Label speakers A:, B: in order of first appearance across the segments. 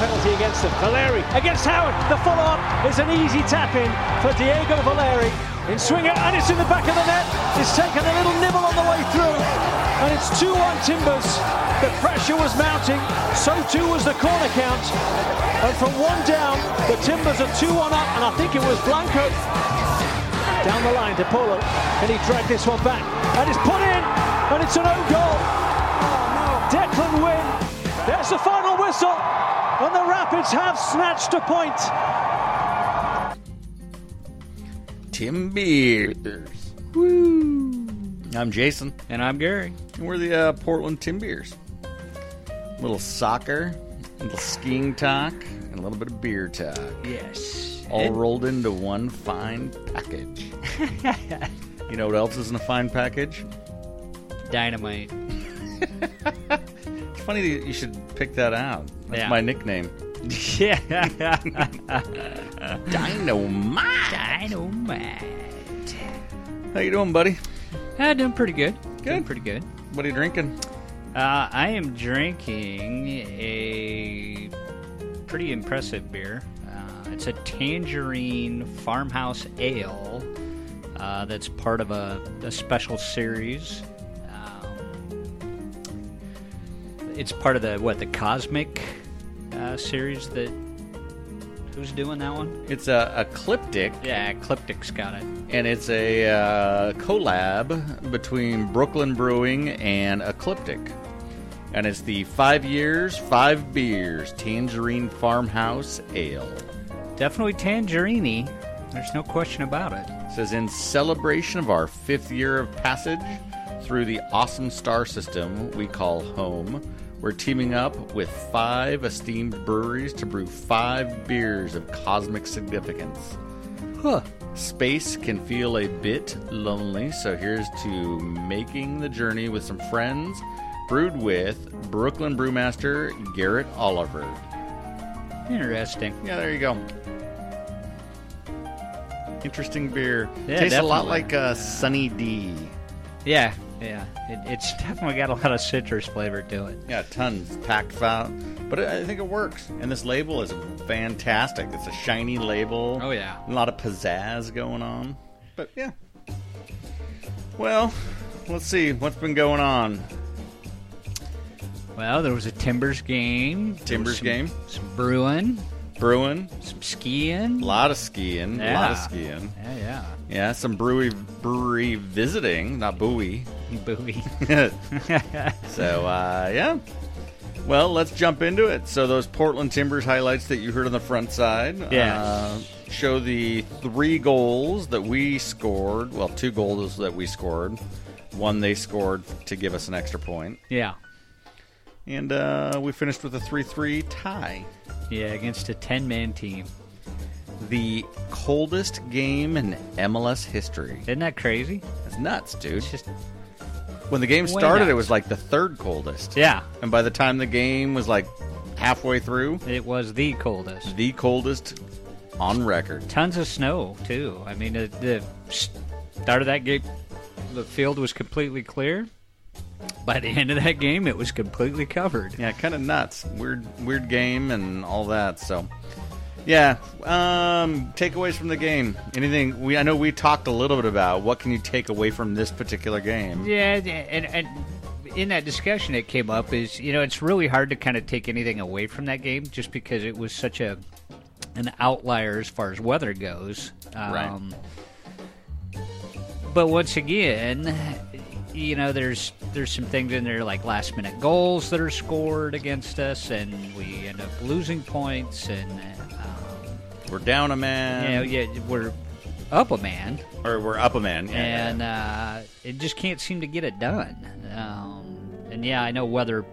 A: Anderson, Valeri against Howard. The full on is an easy tap in for Diego Valeri. In swinger, and it's in the back of the net. It's taken a little nibble on the way through. And it's 2 1 Timbers. The pressure was mounting, so too was the corner count. And from one down, the Timbers are 2 1 up, and I think it was Blanco. Down the line to Polo, and he dragged this one back. And it's put in, and it's an own goal. Declan win. There's the final whistle, and the Rapids have snatched a point.
B: Tim Beers. Woo. I'm Jason,
C: And I'm Gary.
B: and we're the uh, Portland Tim Beers. little soccer, little skiing talk, and a little bit of beer talk.
C: Yes.
B: All rolled into one fine package. you know what else is in a fine package?
C: Dynamite.
B: It's funny that you should pick that out. That's
C: Yeah.
B: my nickname.
C: Yeah.
B: Dynamite.
C: Dynamite.
B: How you doing, buddy?
C: Ah, doing pretty good. Doing
B: Good.
C: pretty good.
B: What are you drinking?
C: Uh, I am drinking a pretty impressive beer. Uh, it's a tangerine farmhouse ale uh, that's part of a, a special series. Um, it's part of the what the cosmic uh, series that who's doing that one?
B: It's a ecliptic.
C: Yeah, Ecliptic's got it.
B: and it's a uh, collab between Brooklyn Brewing and Ecliptic. And it's the five years, five beers, Tangerine Farmhouse Ale.
C: Definitely tangerine. There's no question about it.
B: It says in celebration of our fifth year of passage through the awesome star system we call home, we're teaming up with five esteemed breweries to brew five beers of cosmic significance.
C: Huh.
B: Space can feel a bit lonely, so here's to making the journey with some friends, brewed with Brooklyn brewmaster Garrett Oliver.
C: Interesting.
B: Yeah, there you go. Interesting beer.
C: Yeah,
B: Tastes a lot
C: definitely.
B: like uh, Sunny D.
C: Yeah, yeah. It, it's definitely got a lot of citrus flavor to it.
B: Yeah, tons packed out, but I I think it works. And this label is fantastic. It's a shiny label.
C: Oh, yeah.
B: a lot of pizzazz going on. But yeah. Well, let's see what's been going on.
C: Well, there was a Timbers game. There
B: Timbers
C: was some-
B: game.
C: Some brewing,
B: Brewing,
C: some
B: a
C: skiing.
B: lot of skiing, a lot of
C: Yeah.
B: skiing.
C: Yeah, yeah.
B: Yeah, some brewery brewery visiting, not buoy.
C: Buoy.
B: so uh, yeah. Well, let's jump into it. So those Portland Timbers highlights that you heard on the front side,
C: Yeah.
B: uh, show the three goals that we scored. Well, two goals that we scored, one they scored to give us an extra point,
C: yeah.
B: and uh, we finished with a three-three tie.
C: Yeah, against a 10 man team.
B: The coldest game in MLS history.
C: Isn't that crazy?
B: It's nuts, dude.
C: It's just,
B: When the game
C: way
B: started, it
C: nuts.
B: was like the third coldest.
C: yeah,
B: And by the time the game was like halfway through,
C: it was the coldest.
B: the coldest on record.
C: Tons of snow, too. I mean, the, the start of that game, the field was completely clear. By the end of that game, it was completely covered.
B: Yeah, kind of nuts. Weird, weird game and all that. So, yeah. Um, takeaways from the game. Anything? We I know we talked a little bit about what can you take away from this particular game.
C: Yeah, th- and, and in that discussion it came up is you know it's really hard to kind of take anything away from that game just because it was such a an outlier as far as weather goes. Um,
B: Right.
C: But once again, you know there's there's some things in there like last minute goals that are scored against us, and we end up losing points, and um,
B: We're down a
C: you know
B: man,
C: yeah we're up a man
B: or we're up a man. Yeah,
C: and uh, it just can't seem to get it done. Um, and yeah, I know weather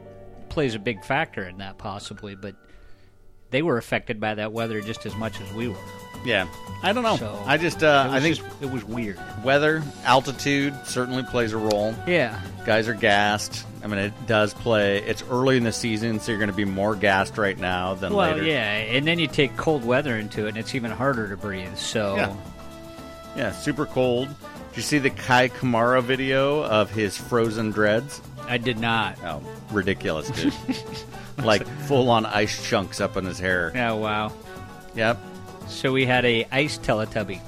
C: plays a big factor in that, possibly, but they were affected by that weather just as much as we were.
B: yeah. I don't know.
C: So
B: I just, uh,
C: It
B: I
C: was
B: think
C: just- it was weird.
B: weather, altitude certainly plays a role.
C: Yeah,
B: Guys are gassed. I mean, it does play. It's early in the season, so you're going to be more gassed right now than
C: well,
B: later.
C: yeah, and then you take cold weather into it, and it's even harder to breathe. So,
B: Yeah. Yeah, super cold. Did you see the Kai Kamara video of his frozen dreads?
C: I did not.
B: Oh, ridiculous, dude. like full on ice chunks up in his hair.
C: Oh wow.
B: Yep.
C: So we had a ice Teletubby.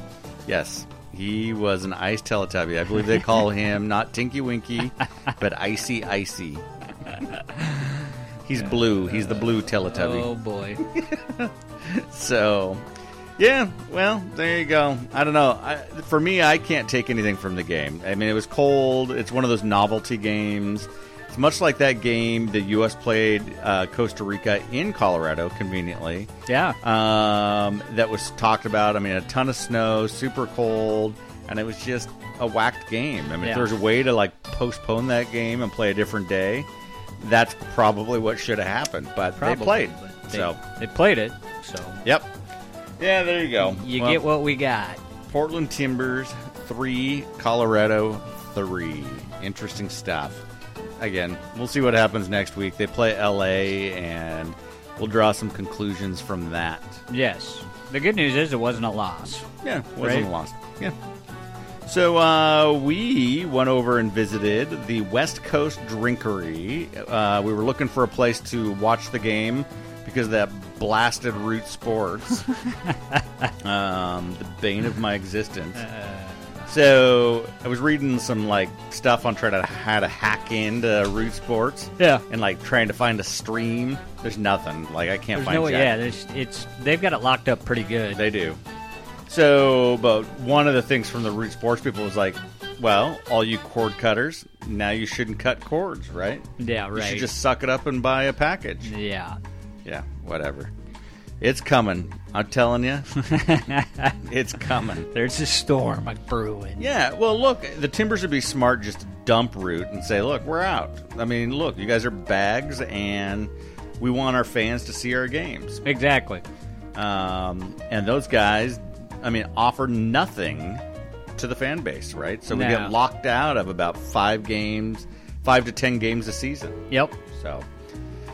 B: Yes. He was an ice Teletubby. I believe they call him not Tinky Winky, but Icy Icy. He's blue. He's the blue Teletubby.
C: Oh boy.
B: So, yeah, well, there you go. I don't know. I, for me, I can't take anything from the game. I mean, it was cold. It's one of those novelty games. It's much like that game the U.S. played uh, Costa Rica in Colorado, conveniently.
C: Yeah.
B: Um, that was talked about. I mean, a ton of snow, super cold, and it was just a whacked game. I mean,
C: Yeah.
B: if there's a way to like postpone that game and play a different day, that's probably what should have happened. But they
C: Probably,
B: played.
C: but They,
B: so,
C: they played it. So
B: yep. Yeah, there you go.
C: you
B: Well-
C: get what we got.
B: Portland Timbers three, Colorado three. Interesting stuff. Again, we'll see what happens next week. They play LA, and we'll draw some conclusions from that.
C: Yes. The good news is it wasn't a loss.
B: Yeah, wasn't
C: Right.
B: lost. Yeah. So uh, we went over and visited the West Coast Drinkery. Uh, we were looking for a place to watch the game because of that blasted Root Sports, um, the bane of my existence.
C: Uh,
B: So I was reading some like stuff on trying to how to hack into Root Sports.
C: Yeah.
B: And like trying to find a stream. There's nothing. Like I can't
C: There's
B: find.
C: no way.
B: jack-
C: Yeah. There's, it's they've got it locked up pretty good.
B: they do. So, but one of the things from the root sports people was like, well, all you cord cutters, now you shouldn't cut cords, right?
C: yeah. Right.
B: You should just suck it up and buy a package.
C: yeah.
B: Yeah, whatever. It's coming. I'm telling you. it's coming.
C: There's a storm like brewing.
B: Yeah, well, look, the Timbers would be smart just to dump root and say, look, we're out. I mean, look, you guys are bags and we want our fans to see our games.
C: Exactly.
B: Um, and those guys, I mean, offer nothing to the fan base, right? So we
C: No.
B: get locked out of about five games, five to ten games a season.
C: Yep.
B: So,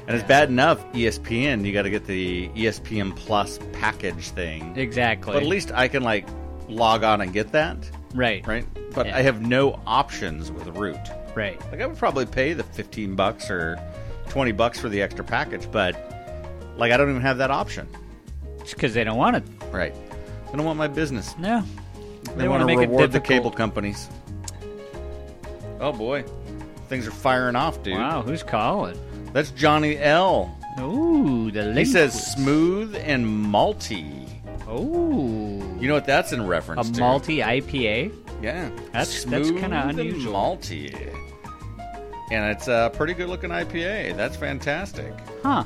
B: and it's bad enough E ESPN. You got to get the E ESPN Plus package thing.
C: Exactly.
B: But at least I can like log on and get that,
C: right.
B: right? But
C: Yeah.
B: I have no options with Root.
C: Right.
B: Like I would probably pay the fifteen bucks or twenty bucks for the extra package, but like I don't even have that option.
C: It's because they don't want it.
B: Right. They don't want my business.
C: No.
B: They,
C: They
B: want
C: wanna
B: to
C: make it
B: reward the cable
C: difficult.
B: companies. Oh boy, things are firing off, dude.
C: Wow. Who's calling?
B: That's Johnny L.
C: Ooh, the
B: He
C: link.
B: says smooth and malty.
C: Ooh.
B: You know what that's in
C: a
B: reference to?
C: multi IPA.
B: Yeah.
C: That's- that's
B: Smooth
C: kinda
B: and
C: unusual.
B: Malty. And it's a pretty good looking IPA. That's fantastic.
C: Huh.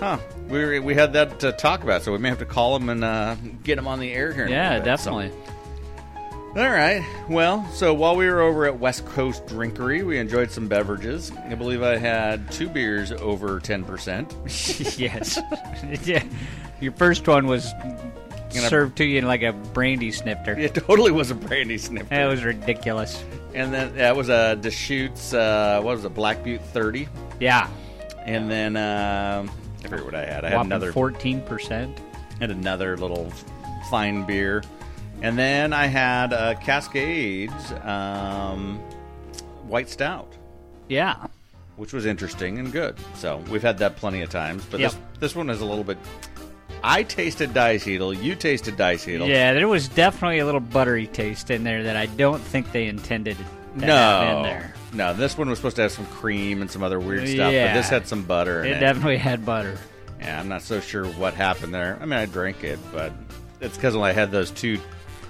B: Huh. We, were, we had that to talk about, so we may have to call him and uh, get him on the air here. in a
C: Yeah,
B: little bit, so-
C: definitely.
B: All right. Well, so while we were over at West Coast Drinkery, we enjoyed some beverages. I believe I had two beers over 10%.
C: yes. yeah. Your first one was
B: Gonna-
C: served to you in like a brandy snifter.
B: It totally was a brandy snifter.
C: That was ridiculous.
B: and then that was a Deschutes, uh, what was it, Black Butte 30.
C: Yeah.
B: And then um, I forget what I had. I had another
C: fourteen percent.
B: had another little fine beer. And then I had uh, Cascades um, White Stout.
C: Yeah.
B: which was interesting and good. So we've had that plenty of times, but this
C: Yep.
B: this one is a little bit. I tasted diacetyl. You tasted diacetyl.
C: Yeah, there was definitely a little buttery taste in there that I don't think they intended to
B: No.
C: have in there.
B: No, this one was supposed to have some cream and some other weird stuff, but
C: Yeah.
B: this had some butter in
C: It
B: it.
C: definitely had butter.
B: yeah, I'm not so sure what happened there. I mean, I drank it, but it's because I had those two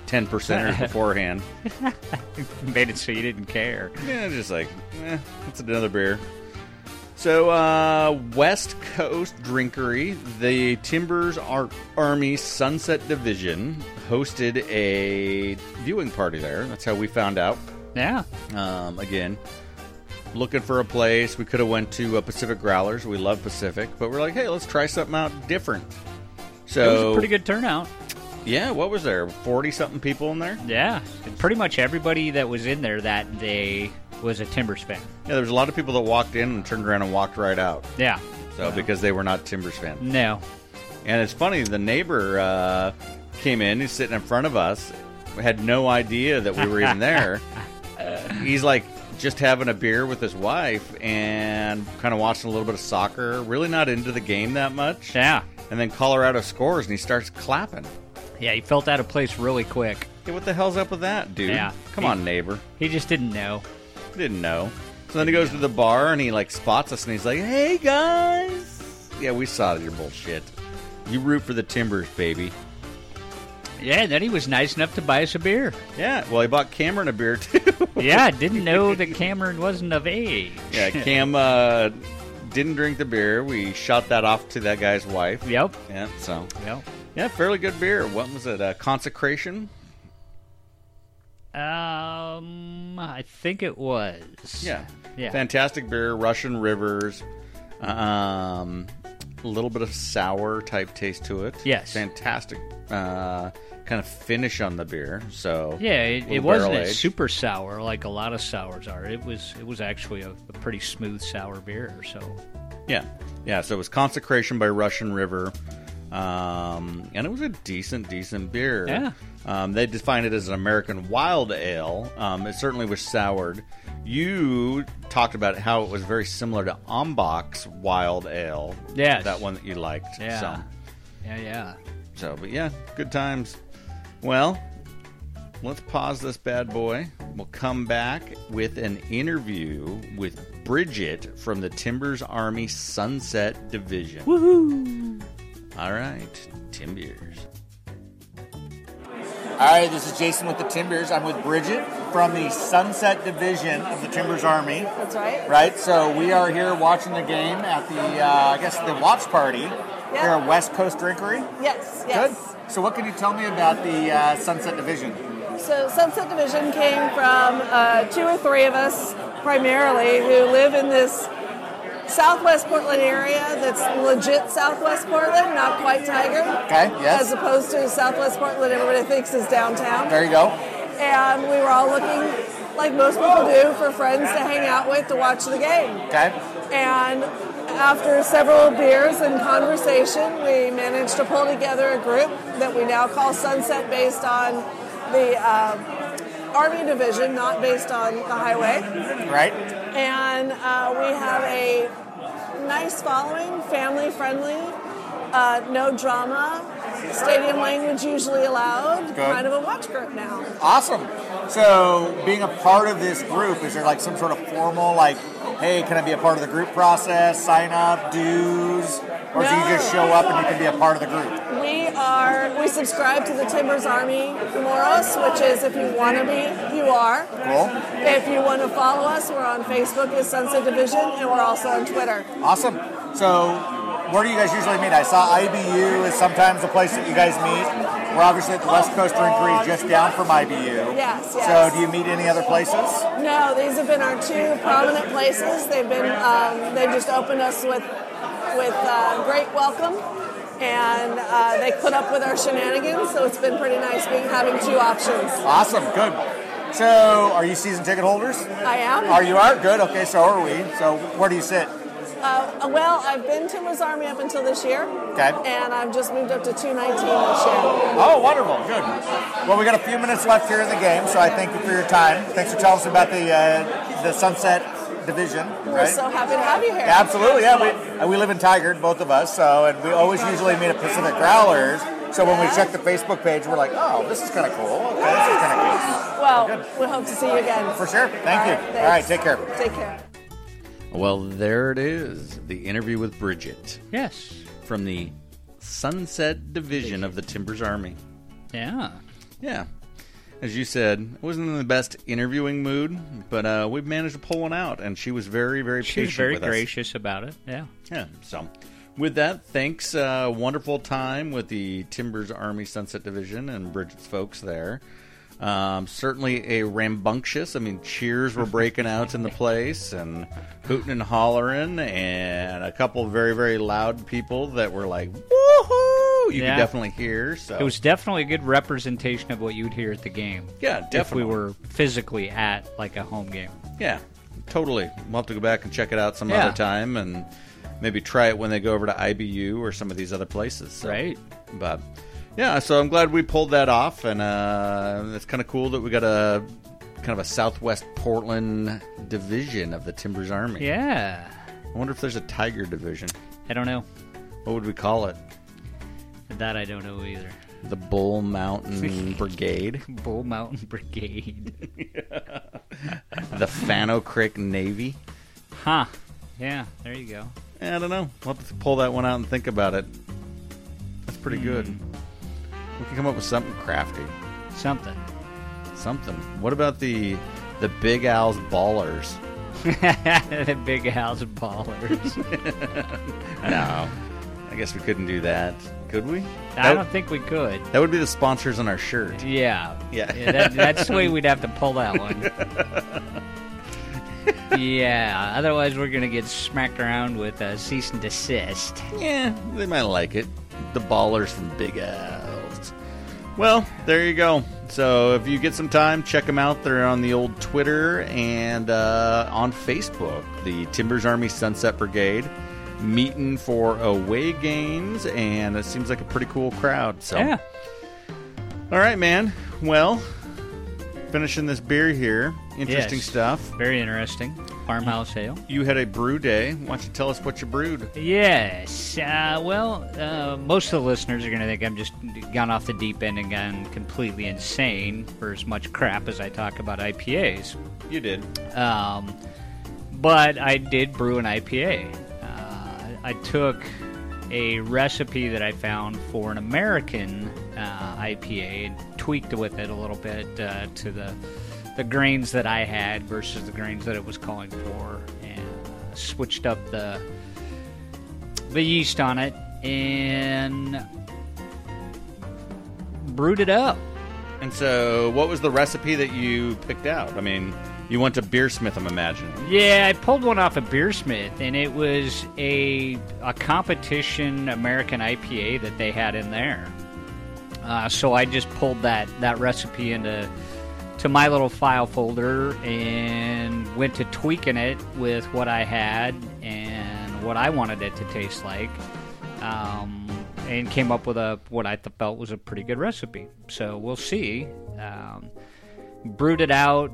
B: 10 percenters beforehand.
C: Made it so you didn't care.
B: Yeah, just like, eh, that's another beer. So, uh, West Coast Drinkery, the Timbers Ar- Army Sunset Division hosted a viewing party there. That's how we found out.
C: Yeah.
B: Um, again, looking for a place. We could have went to uh, Pacific Growlers. We love Pacific, but we're like, hey, let's try something out different.
C: It was a
B: So,
C: pretty good turnout.
B: yeah, what was there? 40 something people in there?
C: Yeah. And pretty much everybody that was in there that day was a Timbers fan.
B: Yeah, there was a lot of people that walked in and turned around and walked right out.
C: Yeah.
B: So, because they were not Timbers fans.
C: No.
B: And it's funny, the neighbor uh, came in, he's sitting in front of us, had no idea that we were even there. he's like, just having a beer with his wife and kind of watching a little bit of soccer. Really not into the game that much.
C: Yeah.
B: And then Colorado scores and he starts clapping.
C: Yeah, he felt out of place really quick.
B: Hey, what the hell's up with that, dude?
C: Yeah.
B: Come on, neighbor.
C: He just didn't know.
B: Didn't know. So then he goes to the bar and he like spots us and he's like, "Hey guys, yeah, we saw your bullshit. You root for the Timbers, baby."
C: Yeah, and then he was nice enough to buy us a beer.
B: Yeah. Well, he bought Cameron a beer too.
C: Yeah, didn't know that Cameron wasn't of age.
B: yeah. Cam uh, didn't drink the beer. We shot that off to that guy's wife.
C: Yep.
B: Yeah. So
C: Yep.
B: yeah, fairly good beer. What was it? Uh, consecration.
C: Um, I think it was.
B: Yeah.
C: Yeah.
B: Fantastic beer. Russian rivers. Um, a little bit of sour type taste to it.
C: Yes.
B: Fantastic. Uh, kind of finish on the beer. So
C: yeah, it,
B: little
C: it wasn't
B: barrel-aged.
C: super sour like a lot of sours are. It was it was actually a, a pretty smooth sour beer. So
B: Yeah, yeah. So it was consecration by Russian River, um, and it was a decent, decent beer.
C: Yeah.
B: Um, they define it as an American wild ale. Um, it certainly was soured. You talked about how it was very similar to Ombach's wild ale.
C: Yes.
B: that one that you liked.
C: yeah,
B: So,
C: yeah, yeah.
B: so, but yeah, good times. Well, let's pause this bad boy. We'll come back with an interview with Bridget from the Timbers Army Sunset Division. Woohoo! All right, Timbers.
D: All right, this is Jason with the Timbers. I'm with Bridget from the Sunset Division of the Timbers Army.
E: That's right.
D: Right, so we are here watching the game at the, uh, I guess, the watch party here at West Coast Drinkery.
E: Yes, yes.
D: Good. So, what can you tell me about the uh, Sunset Division?
E: So Sunset Division came from uh, two or three of us primarily who live in this Southwest Portland area that's legit Southwest Portland, not quite Tiger.
D: Okay, yes.
E: As opposed to Southwest Portland, everybody thinks is downtown.
D: There you go.
E: and we were all looking, like most people do, for friends to hang out with to watch the game.
D: Okay.
E: And after several beers and conversation, we managed to pull together a group that we now call Sunset based on the um, Army Division, not based on the highway.
D: Right.
E: And uh, we have a nice following, family friendly, uh, no drama, stadium language usually allowed,
D: Good.
E: kind of a watch group now.
D: Awesome. So, being a part of this group, is there like some sort of formal, like, hey, can I be a part of the group process? Sign up, dues, or do you just
E: No.
D: show up and you can be a part of the group?
E: We are we subscribe to the Timbers Army Moros, which is if you want to be, you are.
D: Cool.
E: If you want to follow us, we're on Facebook as Sunset Division, and we're also on Twitter.
D: Awesome. So, where do you guys usually meet? I saw IBU is sometimes the place that you guys meet. We're obviously at the West Coast Drinkery, just down from IBU.
E: Yes, yes.
D: So, do you meet any other places?
E: No, these have been our two prominent places. They've been um, they just opened us with with uh, great welcome, and uh, they put up with our shenanigans. So it's been pretty nice being having two options.
D: Awesome. Good. So, are you season ticket holders?
E: I am.
D: Are you are good? Okay, so are we. So, where do you sit?
E: Uh, well, I've been Timbers Army up until this year.
D: Okay.
E: And I've just moved up to 219 this year.
D: Oh, wonderful. Good. Well, we got a few minutes left here in the game, so I thank you for your time. Thanks for telling us about the uh, the Sunset Division.
E: We're
D: right?
E: so happy to have you here.
D: Yeah, absolutely. Yeah, we, uh, we live in Tigard, both of us. So, and we always usually meet at Pacific Growlers. So when we check the Facebook page, we're like, oh, this is kind of cool. Okay, this is kind of
E: Well, we hope to see you again.
D: cool. For sure. Thank
E: All
D: you.
E: right,
D: All right,
E: thanks.
D: take care.
E: Take care.
B: Well, there it is. The interview with Bridget
C: Yes.
B: from the Sunset Division of the Timbers Army.
C: Yeah.
B: Yeah. As you said, I wasn't in the best interviewing mood, but uh, we managed to pull one out, and she was very, very
C: She
B: patient
C: was very
B: with us.
C: gracious about it. Yeah.
B: Yeah. So, with that, thanks. Uh, wonderful time with the Timbers Army Sunset Division and Bridget's folks there. Um, certainly a rambunctious. I mean, cheers were breaking out in the place and hooting and hollering, and a couple very, very loud people that were like, "Woohoo!" You
C: Yeah.
B: could definitely hear. So
C: It was definitely a good representation of what you'd hear at the game.
B: Yeah, definitely.
C: If we were physically at like a home game.
B: Yeah, totally. We'll have to go back and check it out some
C: Yeah.
B: other time and maybe try it when they go over to IBU or some of these other places. So-
C: Right.
B: But yeah, so I'm glad we pulled that off, and uh, it's kind of cool that we got a kind of a Southwest Portland division of the Timbers Army.
C: Yeah.
B: I wonder if there's a Tiger division.
C: I don't know.
B: What would we call it?
C: That I don't know either.
B: The Bull Mountain Brigade,
C: Bull Mountain Brigade.
B: the Fano Creek Navy.
C: huh. Yeah, there you go.
B: I don't know. We'll have to pull that one out and think about it. That's pretty good.
C: Hmm.
B: We can come up with something crafty.
C: Something.
B: Something. What about the the Big Al's Ballers?
C: the big house ballers.
B: No, I guess we couldn't do that, could we?
C: I
B: That,
C: don't think we could.
B: that would be the sponsors on our shirt.
C: Yeah.
B: Yeah.
C: that, that's the way we'd have to pull that one. yeah. Otherwise, we're going to get smacked around with a cease and desist.
B: Yeah, they might like it. The Ballers from Big Al's. Well, there you go. So if you get some time, check them out. They're on the old Twitter and uh, on Facebook. The Timbers Army Sunset Brigade meeting for away games, and it seems like a pretty cool crowd. So
C: Yeah.
B: All right, man. Well, finishing this beer here. Interesting
C: Yes.
B: stuff. Mm.
C: Very interesting. Farmhouse ale.
B: You had a brew day. Why don't you tell us what you brewed?
C: Yes. Uh, well, uh, most of the listeners are going to think I'm just gone off the deep end and gone completely insane for as much crap as I talk about IPAs.
B: You did.
C: Um, but I did brew an IPA. Uh, I took a recipe that I found for an American uh, IPA and tweaked with it a little bit uh, to the the grains that I had versus the grains that it was calling for, and uh, switched up the the yeast on it and brewed it up.
B: And so, what was the recipe that you picked out? I mean, you went to Beersmith, I'm imagining.
C: Yeah, I pulled one off of Beersmith, and it was a a competition American IPA that they had in there. Uh, so I just pulled that that recipe into to my little file folder and went to tweaking it with what I had and what I wanted it to taste like, um, and came up with a what I th- felt was a pretty good recipe. So we'll see. Um, brewed it out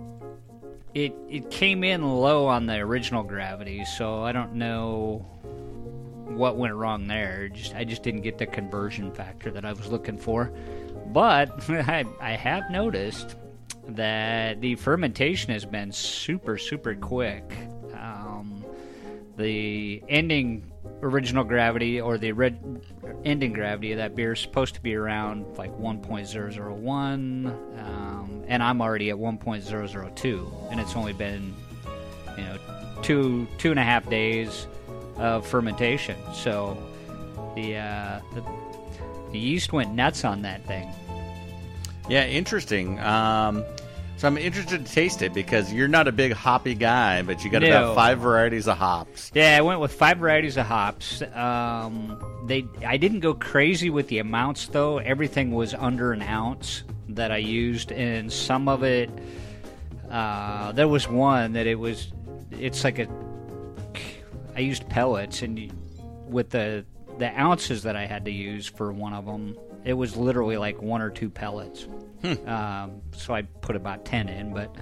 C: it it came in low on the original gravity, so I don't know what went wrong there. It Just I just didn't get the conversion factor that I was looking for. But I I have noticed that the fermentation has been super super quick. Um, the ending original gravity or the red ending gravity of that beer is supposed to be around like 1.001 um, and i'm already at 1.002 and it's only been you know two two and a half days of fermentation so the uh the, the yeast went nuts on that thing
B: Yeah, interesting. Um, so, I'm interested to taste it because you're not a big hoppy guy, but you got
C: No.
B: about five varieties of hops.
C: Yeah, I went with five varieties of hops. Um, they, I didn't go crazy with the amounts though. Everything was under an ounce that I used, and some of it. Uh, there was one that it was. It's like a. I used pellets, and you- with the the ounces that I had to use for one of them, it was literally like one or two pellets. Um, so I put about ten in, but.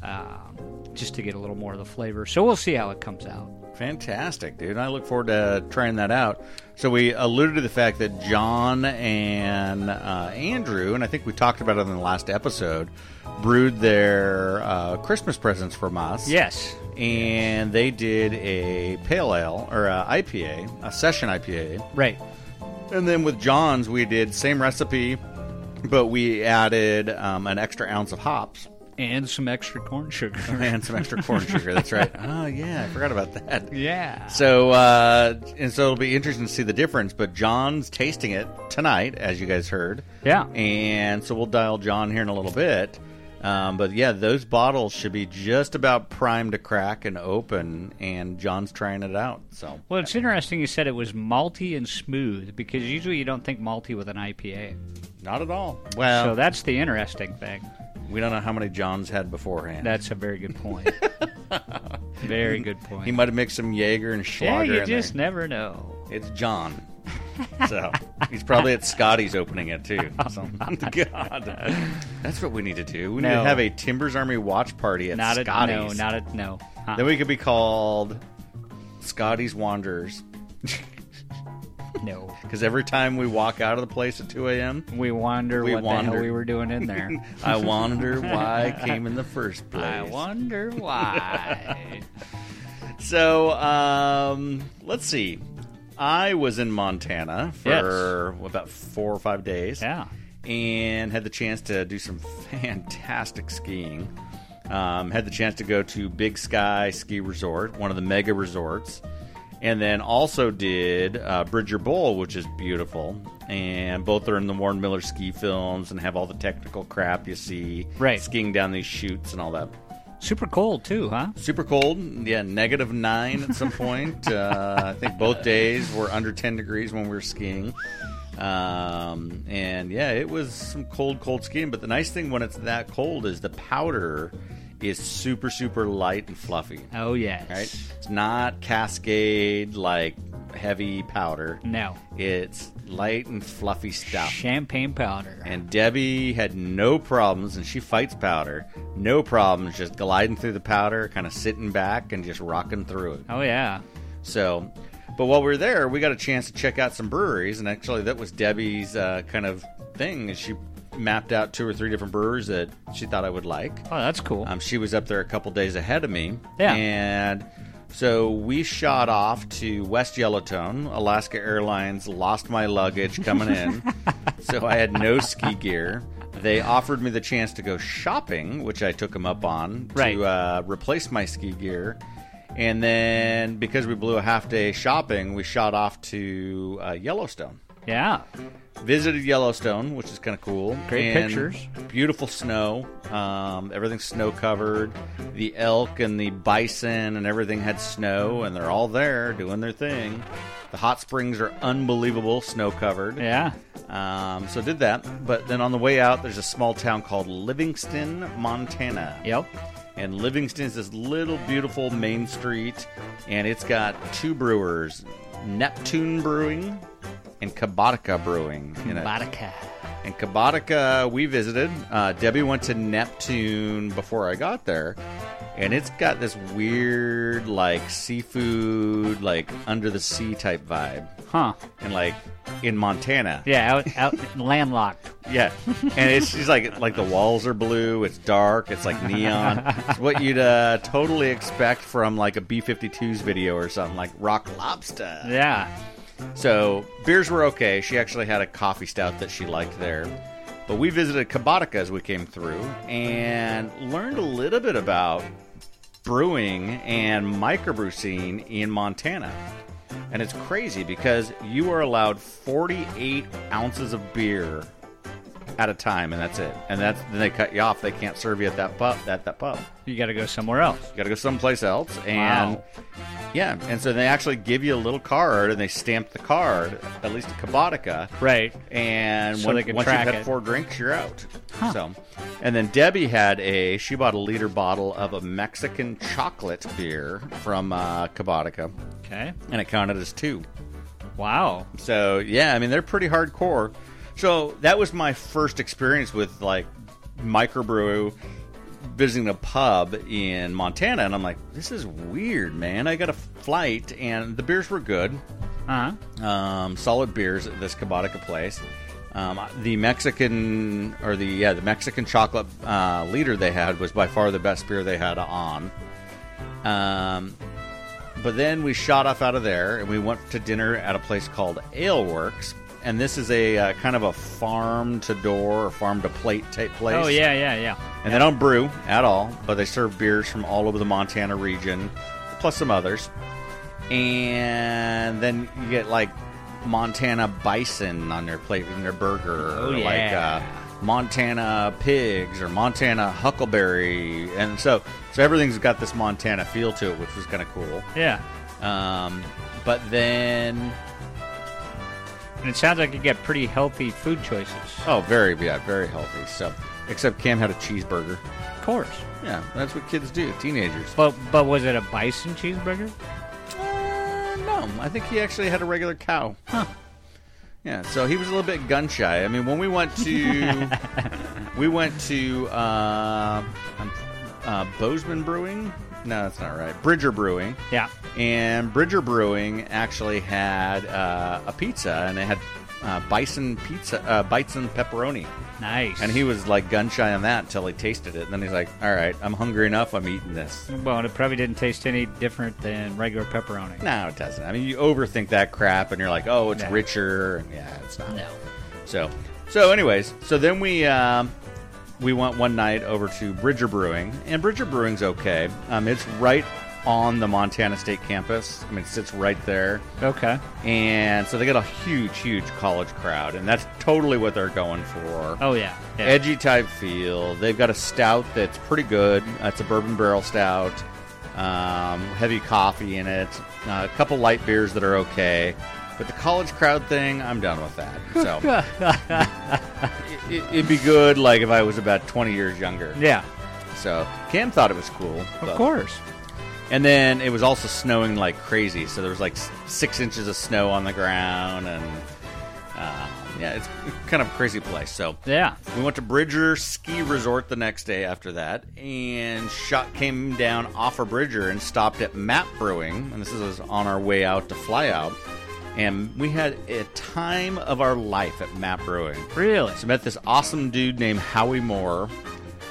C: Um, just to get a little more of the flavor. So we'll see how it comes out.
B: Fantastic, dude. I look forward to trying that out. So we alluded to the fact that John and uh, Andrew, and I think we talked about it in the last episode, brewed their uh, Christmas presents from us.
C: Yes.
B: And they did a pale ale or a IPA, a session IPA.
C: Right.
B: And then with John's, we did same recipe, but we added um, an extra ounce of hops
C: And some extra corn sugar.
B: and some extra corn sugar. That's right. Oh, yeah. I forgot about that.
C: yeah.
B: So uh, and so it'll be interesting to see the difference. But John's tasting it tonight, as you guys heard.
C: Yeah.
B: And so we'll dial John here in a little bit. Um, but yeah, those bottles should be just about primed to crack and open, and John's trying it out. So
C: Well, it's interesting you said it was malty and smooth because usually you don't think malty with an IPA.
B: not at all. Well,
C: so that's the interesting thing.
B: we don't know how many Johns had beforehand.
C: That's a very good point. very good point.
B: he might have mixed some Jaeger and
C: yeah,
B: Schlager.
C: you
B: in
C: just
B: there.
C: never know.
B: it's John. So he's probably at Scotty's opening it too. So, God, that's what we need to do. We need
C: Oh, No.
B: to have a Timbers Army watch party at
C: Not a
B: Scotty's.
C: no, not a no. Uh-uh.
B: then we could be called Scotty's Wanderers
C: no.
B: because every time we walk out of the place at 2 a.m.,
C: We wonder
B: We
C: what the
B: wander.
C: hell we were doing in there.
B: I wonder why I came in the first place.
C: I wonder why.
B: So um, let's see. I was in Montana for about four or five days.
C: Yeah.
B: And had the chance to do some fantastic skiing. Um, had the chance to go to Big Sky Ski Resort, one of the mega resorts. And then also did uh, Bridger Bowl, which is beautiful. And both are in the Warren Miller ski films and have all the technical crap you see.
C: Right.
B: Skiing down these chutes and all that
C: Super cold too, huh?
B: super cold. Yeah, negative nine at some point. uh, I think both days were under ten degrees when we were skiing. Um, and yeah, it was some cold, cold skiing. But the nice thing when it's that cold is the powder is super, super light and fluffy.
C: Oh yes.
B: Right? It's not cascade like heavy powder.
C: No.
B: It's light and fluffy stuff.
C: Champagne powder.
B: And Debbie had no problems, and she fights powder. No problems, just gliding through the powder, kind of sitting back and just rocking through it.
C: oh yeah.
B: So, but while we were there, we got a chance to check out some breweries, and actually, that was Debbie's uh, kind of thing. Is she mapped out two or three different breweries that she thought I would like.
C: Oh, that's cool.
B: Um, she was up there a couple days ahead of me.
C: Yeah.
B: And so we shot off to West Yellowstone. Alaska Airlines lost my luggage coming in. so I had no ski gear. They offered me the chance to go shopping, which I took them up on
C: Right.
B: to uh, replace my ski gear. And then because we blew a half day shopping, we shot off to uh, Yellowstone
C: yeah.
B: visited Yellowstone, which is kind of cool.
C: Great
B: And
C: pictures.
B: Beautiful snow. Um, everything's snow covered. The elk and the bison and everything had snow, and they're all there doing their thing. The hot springs are unbelievable, snow covered.
C: Yeah.
B: Um, so did that. But then on the way out, there's a small town called Livingston, Montana.
C: Yep.
B: And Livingston's this little beautiful main street, and it's got two brewers, Neptune Brewing and Kabotica Brewing. in it.
C: Vodka.
B: And Kabotica, we visited. Uh, Debbie went to Neptune before I got there, and it's got this weird, like seafood, like under the sea type vibe,
C: Huh.
B: and like in Montana.
C: Yeah, out, out landlocked.
B: Yeah, and it's she's like like the walls are blue. It's dark. It's like neon. It's what you'd uh, totally expect from like a B-52s video or something like Rock Lobster.
C: Yeah.
B: So beers were okay. She actually had a coffee stout that she liked there. But we visited Kabotica as we came through and learned a little bit about brewing and microbrew scene in Montana. And it's crazy because you are allowed 48 ounces of beer at a time, and that's it. And that's then they cut you off. They can't serve you at that pub. At that pub,
C: You got to go somewhere else.
B: you got to go someplace else. And
C: Wow.
B: yeah, and so they actually give you a little card and they stamp the card, at least a Kabotica.
C: Right.
B: And
C: So
B: when-
C: they can
B: once
C: track
B: you've had
C: it.
B: four drinks, you're out. So, and then Debbie had a she bought a liter bottle of a Mexican chocolate beer from uh, Kabotica,
C: Okay.
B: and it counted as two.
C: Wow.
B: So yeah, I mean they're pretty hardcore. So that was my first experience with like microbrew visiting a pub in Montana and I'm like this is weird man I got a flight and the beers were good
C: Uh huh.
B: um, solid beers at this Kabotica place. Um, the Mexican or the yeah the Mexican chocolate uh, leader they had was by far the best beer they had on. Um, but then we shot off out of there and we went to dinner at a place called Aleworks, and this is a uh, kind of a farm to door or farm to plate type place.
C: Oh yeah, yeah, yeah.
B: And they don't brew at all, but they serve beers from all over the Montana region, plus some others. And then you get like Montana bison on their plate in their burger,
C: Oh,
B: or
C: yeah.
B: like uh, Montana pigs or Montana huckleberry, and so so everything's got this Montana feel to it, which was kind of cool.
C: Yeah.
B: Um, but then
C: And it sounds like you get pretty healthy food choices.
B: oh, very yeah, very healthy. So except Cam had a cheeseburger.
C: Of course.
B: Yeah, that's what kids do, teenagers.
C: But but was it a bison cheeseburger?
B: Uh, no, I think he actually had a regular cow.
C: Huh.
B: Yeah, so he was a little bit gun shy. I mean, when we went to we went to uh, um, uh, Bozeman Brewing. No, that's not right. Bridger Brewing.
C: Yeah.
B: And Bridger Brewing actually had uh, a pizza, and it had uh, bison pizza, uh, bison pepperoni.
C: Nice.
B: And he was like gun shy on that until he tasted it. And then he's like, "All right, I'm hungry enough. I'm eating this."
C: well, it probably didn't taste any different than regular pepperoni.
B: No, it doesn't. I mean, you overthink that crap, and you're like, "Oh, it's
C: Yeah.
B: richer." And yeah, it's not.
C: No.
B: So, so anyways, so then we um, we went one night over to Bridger Brewing, and Bridger Brewing's okay. Um, it's right on the Montana State campus. I mean, it sits right there,
C: Okay.
B: and so they got a huge, huge college crowd, and that's totally what they're going for.
C: Oh yeah. yeah.
B: Edgy type feel. They've got a stout that's pretty good. Uh, it's a bourbon barrel stout. Um, heavy coffee in it. Uh, a couple light beers that are okay. But the college crowd thing, I'm done with that. So it, it'd be good like if I was about 20 years younger.
C: yeah.
B: So Cam thought it was cool.
C: Of
B: but-
C: course.
B: And then it was also snowing like crazy. So there was like s- six inches of snow on the ground, and uh, yeah, it's kind of a crazy place. So
C: Yeah.
B: we went to Bridger Ski Resort the next day after that, and shot came down off of Bridger and stopped at Map Brewing, and this is on our way out to fly out. And we had a time of our life at Map Brewing.
C: Really.
B: So met this awesome dude named Howie Moore.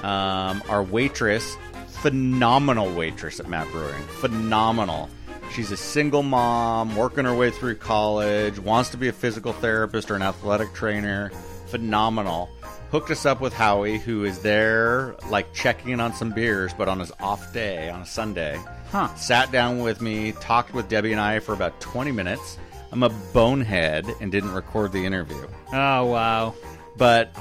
B: Um, our waitress, phenomenal waitress at Matt Brewing, phenomenal. She's a single mom working her way through college, wants to be a physical therapist or an athletic trainer. Phenomenal. Hooked us up with Howie, who is there like checking in on some beers, but on his off day on a Sunday.
C: Huh.
B: Sat down with me, talked with Debbie and I for about 20 minutes. I'm a bonehead and didn't record the interview
C: Oh wow.
B: but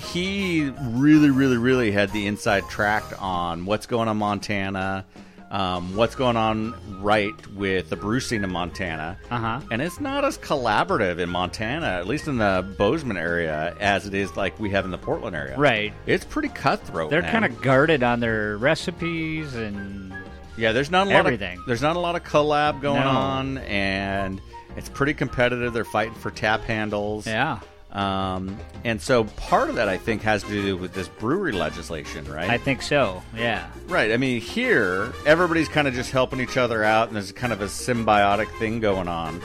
B: he really, really, really had the inside track on what's going on in Montana, um, what's going on right with the brew scene in Montana.
C: Uh-huh.
B: And it's not as collaborative in Montana, at least in the Bozeman area, as it is like we have in the Portland area.
C: Right.
B: It's pretty cutthroat.
C: They're
B: man.
C: kind of guarded on their recipes and
B: Yeah, there's not a lot
C: Everything.
B: Of, there's not a lot of collab going
C: No.
B: on, and it's pretty competitive. They're fighting for tap handles.
C: yeah.
B: Um, and so part of that I think has to do with this brewery legislation, right?
C: I think so. Yeah.
B: right. I mean, here everybody's kind of just helping each other out, and there's kind of a symbiotic thing going on.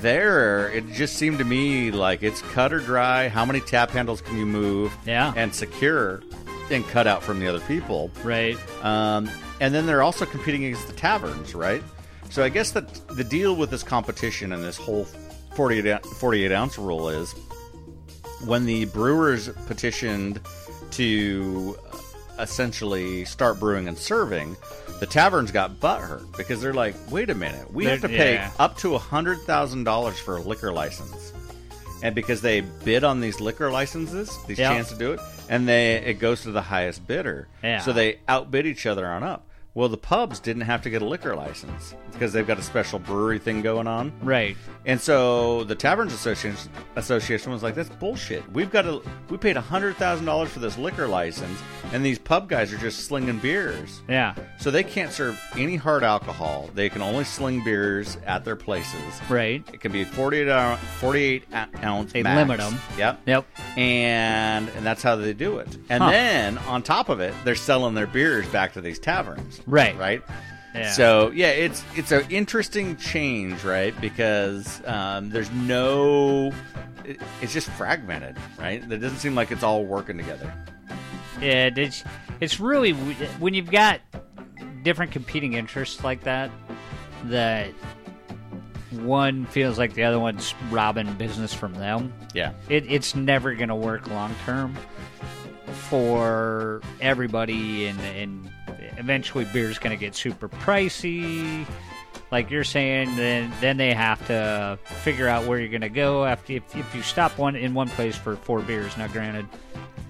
B: There, it just seemed to me like it's cut or dry. How many tap handles can you move?
C: Yeah.
B: and secure and cut out from the other people.
C: Right.
B: Um, and then they're also competing against the taverns, right? So I guess that the deal with this competition and this whole 48, ou- 48 ounce rule is when the brewers petitioned to uh, essentially start brewing and serving, the taverns got butthurt because they're like, wait a minute, we have to
C: They're-
B: pay
C: yeah.
B: up to $100,000 for a liquor license. And because they bid on these liquor licenses, these
C: Yeah.
B: chances to do it, and they it goes to the highest bidder.
C: Yeah.
B: So they outbid each other on up. Well, the pubs didn't have to get a liquor license because they've got a special brewery thing going on.
C: Right.
B: And so the Taverns Association, Association was like, "That's bullshit. We've got to. We paid hundred thousand dollars for this liquor license, and these pub guys are just slinging beers.
C: Yeah.
B: So they can't serve any hard alcohol. They can only sling beers at their places.
C: Right.
B: It can be 48 ounce, 48 ounce.
C: They
B: max.
C: limit 'em.
B: Yep.
C: Yep.
B: And and that's how they do it. And
C: Huh.
B: then on top of it, they're selling their beers back to these taverns.
C: Right.
B: Right.
C: Yeah.
B: So yeah, it's it's an interesting change, right? Because um, there's no, it, it's just fragmented, right? It doesn't seem like it's all working together.
C: Yeah, it's it's really w- when you've got different competing interests like that, that one feels like the other one's robbing business from them.
B: Yeah.
C: It, it's never going to work long term for everybody, and and eventually beer's going to get super pricey. Like you're saying, then then they have to figure out where you're going to go after if, if you stop one in one place for four beers. Now, granted,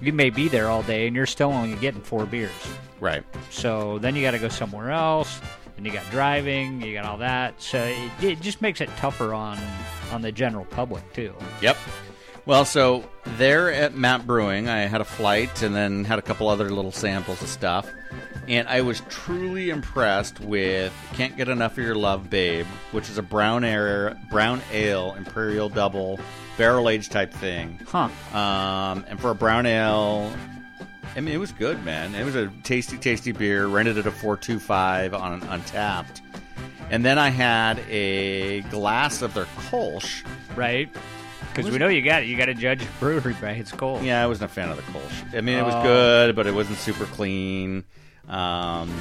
C: you may be there all day and you're still only getting four beers.
B: Right.
C: So then you got to go somewhere else, and you got driving, you got all that. So it, it just makes it tougher on on the general public too.
B: Yep. Well, so there at Map Brewing, I had a flight and then had a couple other little samples of stuff. and I was truly impressed with "Can't Get Enough of Your Love, Babe," which is a brown air, brown ale imperial double, barrel aged type thing.
C: Huh.
B: Um, and for a brown ale, I mean, it was good, man. It was a tasty, tasty beer. Rented it at a four two five on Untapped, and then I had a glass of their Kolsch.
C: Right? Because we know you got it. You got to judge a brewery by its cold.
B: Yeah, I wasn't a fan of the Kolsch. I mean, it was good, but it wasn't super clean. Um,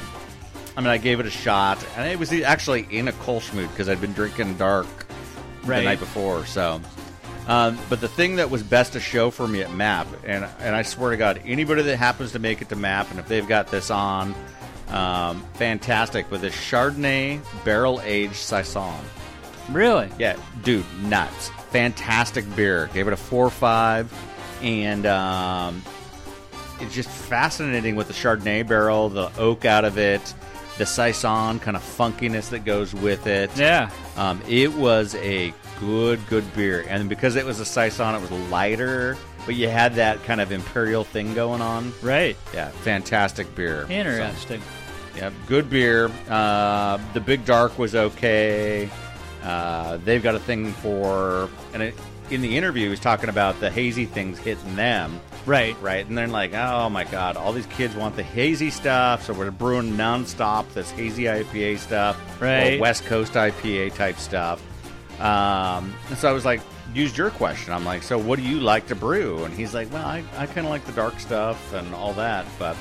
B: I mean, I gave it a shot, and it was e, actually in a Kolsch mood because I'd been drinking dark
C: Right.
B: the night before. So, um, but the thing that was best to show for me at MAP, and and I swear to God, anybody that happens to make it to MAP, and if they've got this on, um, fantastic with this Chardonnay barrel aged saison.
C: Really?
B: Yeah, dude, nuts. Fantastic beer. Gave it a four or five, and um, it's just fascinating with the Chardonnay barrel, the oak out of it, the saison kind of funkiness that goes with it.
C: Yeah.
B: Um, it was a good, good beer, and because it was a saison, it was lighter, but you had that kind of imperial thing going on.
C: Right.
B: Yeah, fantastic beer. So-
C: Interesting.
B: Yep, good beer. Uh, the Big Dark was okay. Uh, they've got a thing for, and it, in the interview, he was talking about the hazy things hitting them,
C: Right.
B: right? And they're like, oh my God, all these kids want the hazy stuff, so we're brewing nonstop this hazy IPA stuff,
C: Right.
B: Or West Coast IPA type stuff. Um, and so I was like, used your question. I'm like, so what do you like to brew? And he's like, well, I, I kind of like the dark stuff and all that, but.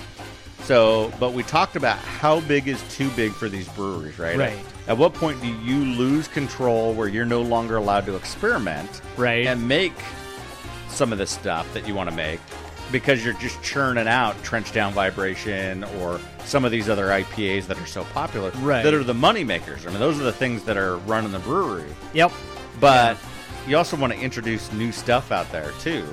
B: So, but we talked about how big is too big for these breweries, right?
C: Right.
B: At, what point do you lose control where you're no longer allowed to experiment
C: Right.
B: and make some of the stuff that you want to make because you're just churning out trench down vibration or some of these other IPAs that are so popular
C: Right.
B: that are the money makers. I mean, those are the things that are running the brewery.
C: Yep.
B: But you also want to introduce new stuff out there too.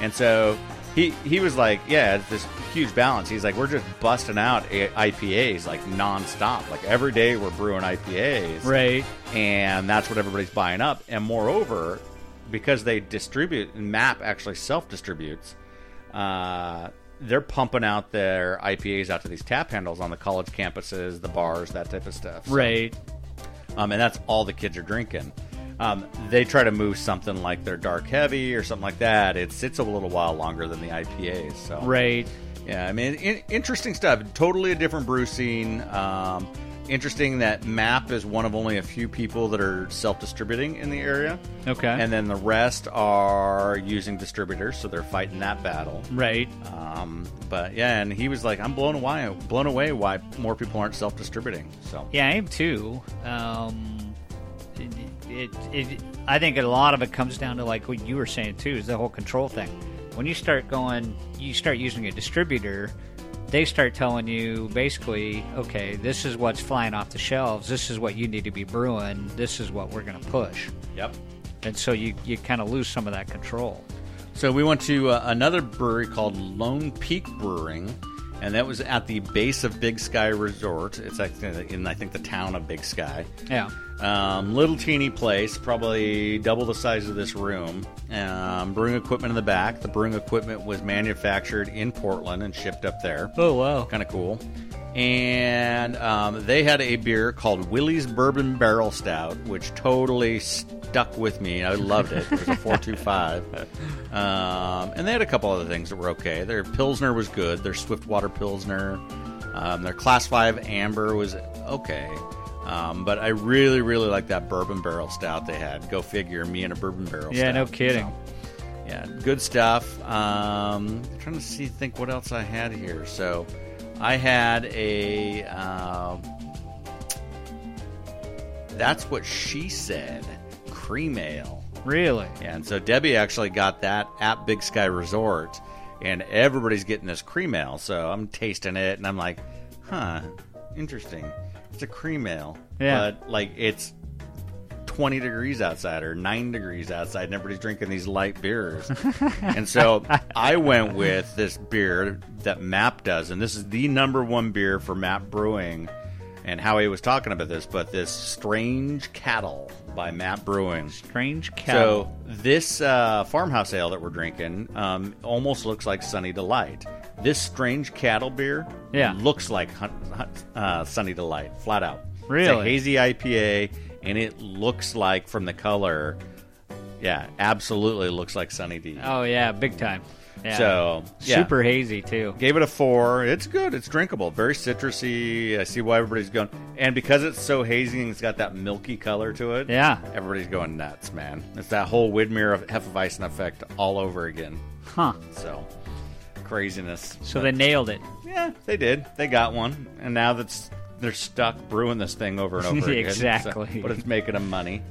B: And so he he was like, yeah, it's this huge balance. He's like, we're just busting out A- IPAs like nonstop. Like every day we're brewing IPAs.
C: Right.
B: And that's what everybody's buying up. And moreover, because they distribute, MAP actually self distributes, uh, they're pumping out their IPAs out to these tap handles on the college campuses, the bars, that type of stuff. So-
C: Right.
B: um, and that's all the kids are drinking. Um, they try to move something like their dark heavy or something like that. It sits a little while longer than the IPAs. So
C: Right.
B: yeah, I mean, in- interesting stuff. Totally a different brew scene. Um, interesting that MAP is one of only a few people that are self distributing in the area.
C: Okay.
B: And then the rest are using distributors, so they're fighting that battle.
C: Right.
B: Um, but yeah, and he was like, "I'm blown away, blown away why more people aren't self distributing." So
C: Yeah, I am too. Um, it, it, it, I think a lot of it comes down to like what you were saying too is the whole control thing. When you start going, you start using a distributor. They start telling you basically, okay, this is what's flying off the shelves. This is what you need to be brewing. This is what we're going to push.
B: yep.
C: And so you, you kind of lose some of that control.
B: So we went to uh, another brewery called Lone Peak Brewing, and that was at the base of Big Sky Resort. It's actually in I think the town of Big Sky.
C: Yeah.
B: Um, little teeny place, probably double the size of this room. Um, brewing equipment in the back. The brewing equipment was manufactured in Portland and shipped up there.
C: Oh, wow.
B: Kind of cool. And um, they had a beer called Willie's Bourbon Barrel Stout, which totally stuck with me. I loved it. It was a 425. Um, and they had a couple other things that were okay. Their Pilsner was good, their Swiftwater Pilsner. Um, their Class 5 Amber was okay. Um, but I really, really like that bourbon barrel stout they had. Go figure, me and a bourbon barrel
C: Yeah,
B: stout.
C: no kidding.
B: Yeah, good stuff. Um, I'm trying to see, think what else I had here. So, I had a. Uh, that's what she said. Cream ale.
C: Really?
B: Yeah, and so Debbie actually got that at Big Sky Resort, and everybody's getting this cream ale. So I'm tasting it, and I'm like, huh, interesting. It's a cream ale,
C: Yeah.
B: but like it's 20 degrees outside or 9 degrees outside, and everybody's drinking these light beers. and so I went with this beer that MAP does, and this is the number one beer for MAP Brewing. And Howie was talking about this, but this Strange Cattle by MAP Brewing.
C: Strange cow.
B: So this uh, farmhouse ale that we're drinking um, almost looks like Sunny Delight. This strange cattle beer
C: Yeah.
B: looks like hun- hun- uh, Sunny Delight, flat out. It's a
C: Really?
B: hazy IPA, and it looks like from the color, yeah, absolutely looks like Sunny D.
C: Oh yeah, big time. Yeah.
B: So, yeah.
C: super hazy too.
B: Gave it a four. It's good. It's drinkable. Very citrusy. I see why everybody's going. And because it's so hazy and it's got that milky color to it,
C: Yeah.
B: everybody's going nuts, man. It's that whole Widmer of Hefeweizen effect all over again.
C: Huh.
B: So craziness.
C: So they nailed it.
B: Yeah, they did. They got one, and now that's they're stuck brewing this thing over and over again. So-
C: Exactly.
B: but it's making them money.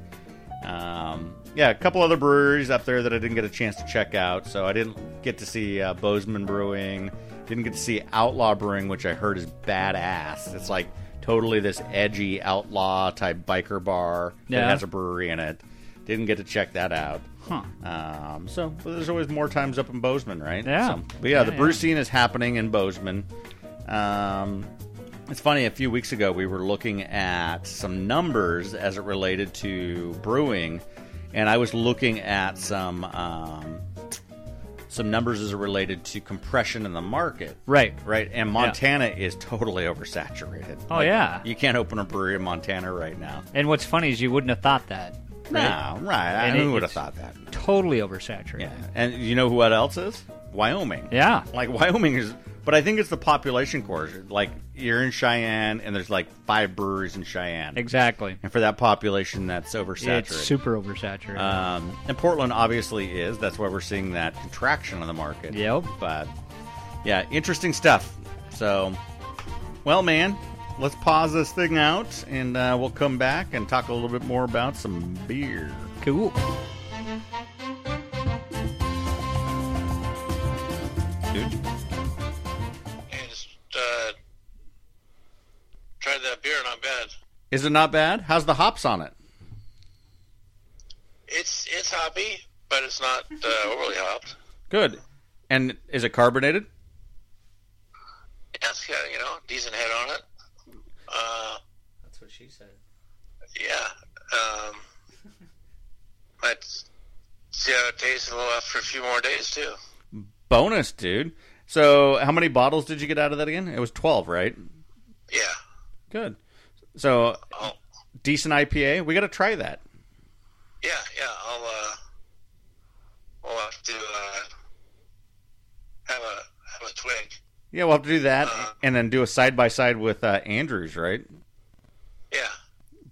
B: Um, yeah, a couple other breweries up there that I didn't get a chance to check out. So I didn't get to see uh, Bozeman Brewing. Didn't get to see Outlaw Brewing, which I heard is badass. It's like totally this edgy outlaw type biker bar that
C: Yeah.
B: has a brewery in it. Didn't get to check that out.
C: Huh.
B: Um, so but there's always more times up in Bozeman, right?
C: Yeah.
B: So, but yeah, the
C: Yeah,
B: brew
C: yeah.
B: scene is happening in Bozeman. Um, it's funny. A few weeks ago, we were looking at some numbers as it related to brewing, and I was looking at some um, some numbers as it related to compression in the market.
C: Right.
B: Right. And Montana is totally oversaturated.
C: Oh, yeah.
B: You can't open a brewery in Montana right now.
C: And what's funny is you wouldn't have thought that.
B: No, right.
C: And
B: I,
C: it-
B: who would have
C: it's-
B: thought that?
C: Totally oversaturated.
B: Yeah, and you know what else is Wyoming.
C: Yeah.
B: like Wyoming is, but I think it's the population core. Like you're in Cheyenne, and there's like five breweries in Cheyenne,
C: Exactly.
B: and for that population, that's oversaturated.
C: It's super oversaturated.
B: um, and Portland obviously is. That's why we're seeing that contraction on the market.
C: Yep.
B: But yeah, interesting stuff. So, well, man, let's pause this thing out, and uh, we'll come back and talk a little bit more about some beer.
C: cool.
B: Dude.
F: and just uh, tried that beer, not bad.
B: Is it not bad? How's the hops on it?
F: It's it's hoppy, but it's not uh, overly hopped.
B: Good. And is it carbonated?
F: Yeah, It's got you know decent head on it. Uh, That's what she said. Yeah, um, let's see how it tastes a little after a few more days too.
B: Bonus, dude. So, how many bottles did you get out of that again? It was 12, right?
F: Yeah.
B: Good. So,
F: Oh,
B: decent IPA. We got to try that.
F: yeah, yeah. I'll uh, we'll have to uh, have a have a twig.
B: Yeah, we'll have to do that and then do a side by side with uh, Andrews, right?
F: Yeah.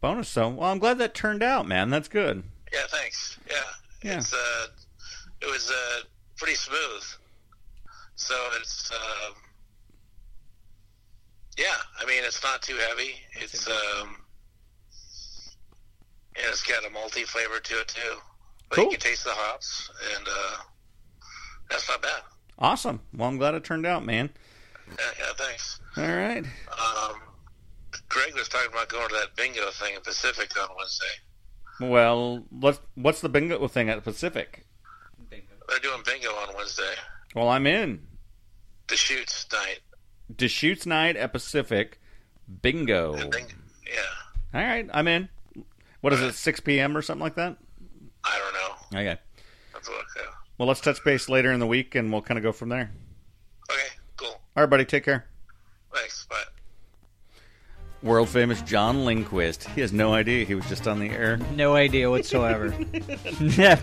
B: Bonus. So, well, I'm glad that turned out, man. That's good.
F: Yeah, thanks. Yeah,
B: Yeah.
F: it's uh, it was uh, pretty smooth. So it's um, yeah, I mean it's not too heavy. It's um, and it's got a multi flavor to it too. But
B: Cool.
F: you can taste the hops, and uh, that's not bad.
B: Awesome. Well, I'm glad it turned out, man.
F: Yeah, yeah thanks.
B: All right.
F: Um, Greg was talking about going to that bingo thing in Pacific on Wednesday.
B: Well, let's, what's the bingo thing at Pacific?
F: They're doing bingo on Wednesday.
B: Well, I'm in.
F: The shoots night.
B: Deschutes night at Pacific. Bingo.
F: The Bing- yeah.
B: All right, I'm in. What is it, 6 p.m. or something like that?
F: I don't know.
B: Okay.
F: That's what, yeah.
B: Well, let's touch base later in the week and we'll kind of go from there.
F: Okay, cool.
B: All right, buddy, take care.
F: Thanks. Bye.
B: World famous John Lindquist. He has no idea he was just on the air.
C: No idea whatsoever. Yeah.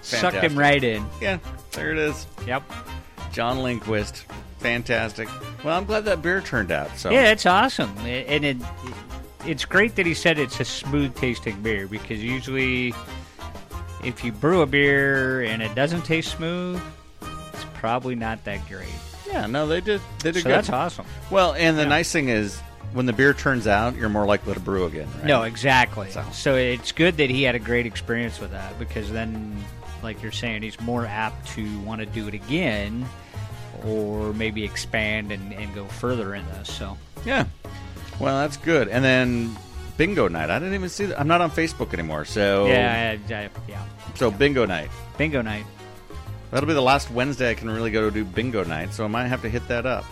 C: Sucked
B: Fantastic.
C: him right in.
B: Yeah, there it is.
C: Yep.
B: John Lindquist. Fantastic. Well, I'm glad that beer turned out. So
C: Yeah, it's awesome, A- and it it's great that he said it's a smooth tasting beer because usually, if you brew a beer and it doesn't taste smooth, it's probably not that great.
B: Yeah, no, they did. They did
C: So
B: good.
C: that's awesome.
B: Well, and the nice thing is, when the beer turns out, you're more likely to brew again. Right?
C: No, exactly.
B: So-
C: So. it's good that he had a great experience with that because then, like you're saying, he's more apt to want to do it again or maybe expand and, and go further in this. So
B: Yeah. Well, that's good. And then bingo night. I didn't even see that. I'm not on Facebook anymore.
C: Oh.
B: So
C: yeah, I- I- yeah,
B: So bingo night.
C: bingo night.
B: That'll be the last Wednesday I can really go to do bingo night, so I might have to hit that up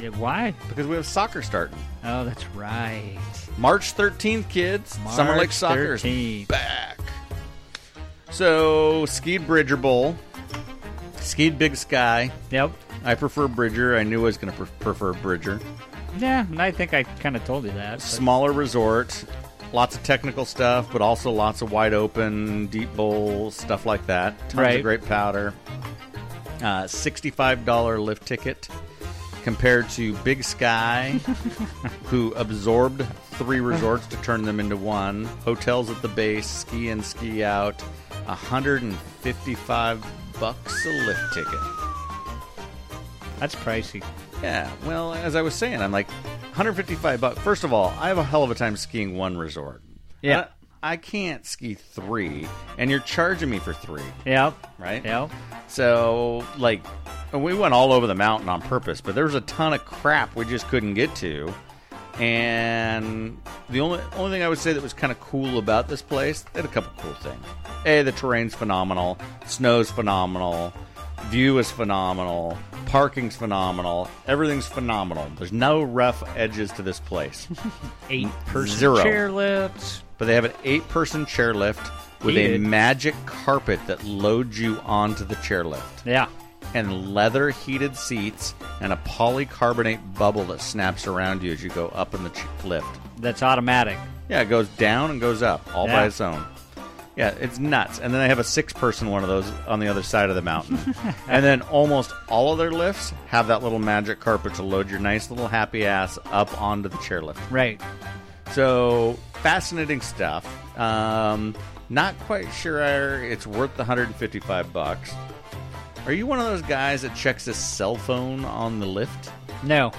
C: Yeah, why?
B: because we have soccer starting
C: Oh, that's right.
B: March 13th, kids. Summer Lake
C: March
B: Soccer's
C: 13th.
B: back. So Skeed Bridger Bowl. Skied Big Sky.
C: Yep.
B: I prefer Bridger. I knew I was going to pre- prefer Bridger.
C: Yeah, and I think I kind of told you that. but-
B: Smaller resort, lots of technical stuff, but also lots of wide open, deep bowl stuff like that. Tons
C: Right.
B: of great powder. Uh, Sixty-five dollar lift ticket compared to Big Sky, who absorbed three resorts to turn them into one. Hotels at the base, ski in, ski out. hundred and fifty-five bucks a lift ticket.
C: That's pricey.
B: Yeah, well, as I was saying, I'm like 155 bucks. First of all, I have a hell of a time skiing one resort.
C: Yeah.
B: I, I can't ski three, and you're charging me for three,
C: Yep.
B: right?
C: Yep.
B: So, like, and we went all over the mountain on purpose, but there was a ton of crap we just couldn't get to. And the only only thing I would say that was kind of cool about this place, they had a couple cool things. A, the terrain's phenomenal, snow's phenomenal, view is phenomenal, parking's phenomenal, everything's phenomenal. There's no rough edges to this place.
C: Eight person
B: Zero.
C: chair lifts.
B: but they have an eight person chairlift with
C: Eat
B: a
C: it.
B: magic carpet that loads you onto the chairlift
C: Yeah.
B: and leather heated seats and a polycarbonate bubble that snaps around you as you go up in the ch- lift.
C: That's automatic.
B: Yeah, it goes down and goes up all by
C: Yeah.
B: its own. Yeah, it's nuts. And then I have a six person one of those on the other side of the mountain. and then almost all of their lifts have that little magic carpet to load your nice little happy ass up onto the chairlift.
C: Right.
B: So fascinating stuff. Um, not quite sure it's worth the 155 bucks. Are you one of those guys that checks his cell phone on the lift?
C: No.